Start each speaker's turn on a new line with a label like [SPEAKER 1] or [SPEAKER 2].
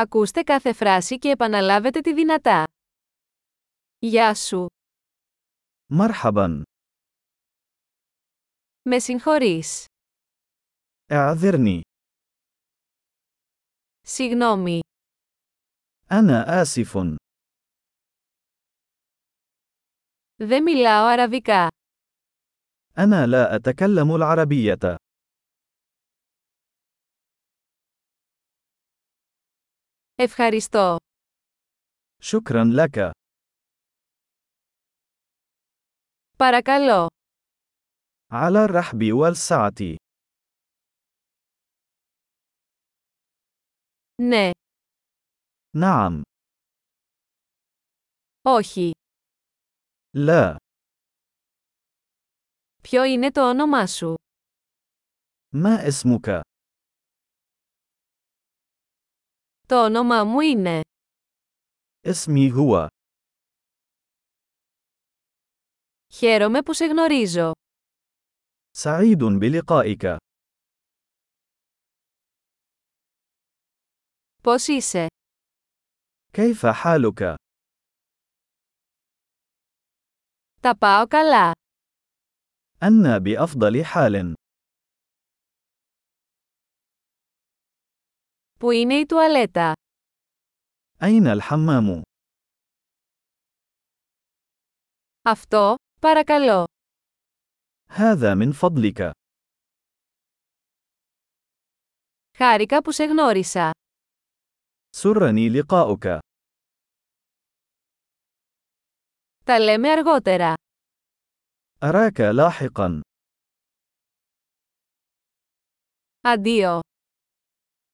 [SPEAKER 1] Ακούστε κάθε φράση και επαναλάβετε τη δυνατά. Γεια σου.
[SPEAKER 2] مرحبا.
[SPEAKER 1] Με συγχωρείς.
[SPEAKER 2] اعذرني.
[SPEAKER 1] Συγγνώμη.
[SPEAKER 2] أنا آسف.
[SPEAKER 1] Δεν μιλάω αραβικά.
[SPEAKER 2] أنا لا أتكلم العربية.
[SPEAKER 1] Ευχαριστώ.
[SPEAKER 2] شكرا لك.
[SPEAKER 1] Παρακαλώ.
[SPEAKER 2] على الرحب والسعة.
[SPEAKER 1] Ναι.
[SPEAKER 2] نعم.
[SPEAKER 1] Όχι.
[SPEAKER 2] لا.
[SPEAKER 1] Ποιο είναι το όνομά σου.
[SPEAKER 2] ما اسمك؟
[SPEAKER 1] Το όνομά μου είναι.
[SPEAKER 2] اسمي هو.
[SPEAKER 1] Χαίρομαι που σε γνωρίζω.
[SPEAKER 2] سعيد بلقائك.
[SPEAKER 1] Πώς είσαι.
[SPEAKER 2] كيف حالك؟
[SPEAKER 1] Τα πάω καλά.
[SPEAKER 2] أنا بأفضل حال.
[SPEAKER 1] Πού είναι η τουαλέτα.
[SPEAKER 2] أين الحمام؟
[SPEAKER 1] Αυτό, παρακαλώ.
[SPEAKER 2] هذا من فضلك.
[SPEAKER 1] Χάρηκα που σε γνώρισα.
[SPEAKER 2] سرني لقاؤك.
[SPEAKER 1] Τα λέμε αργότερα.
[SPEAKER 2] أراك لاحقا.
[SPEAKER 1] Αντίο.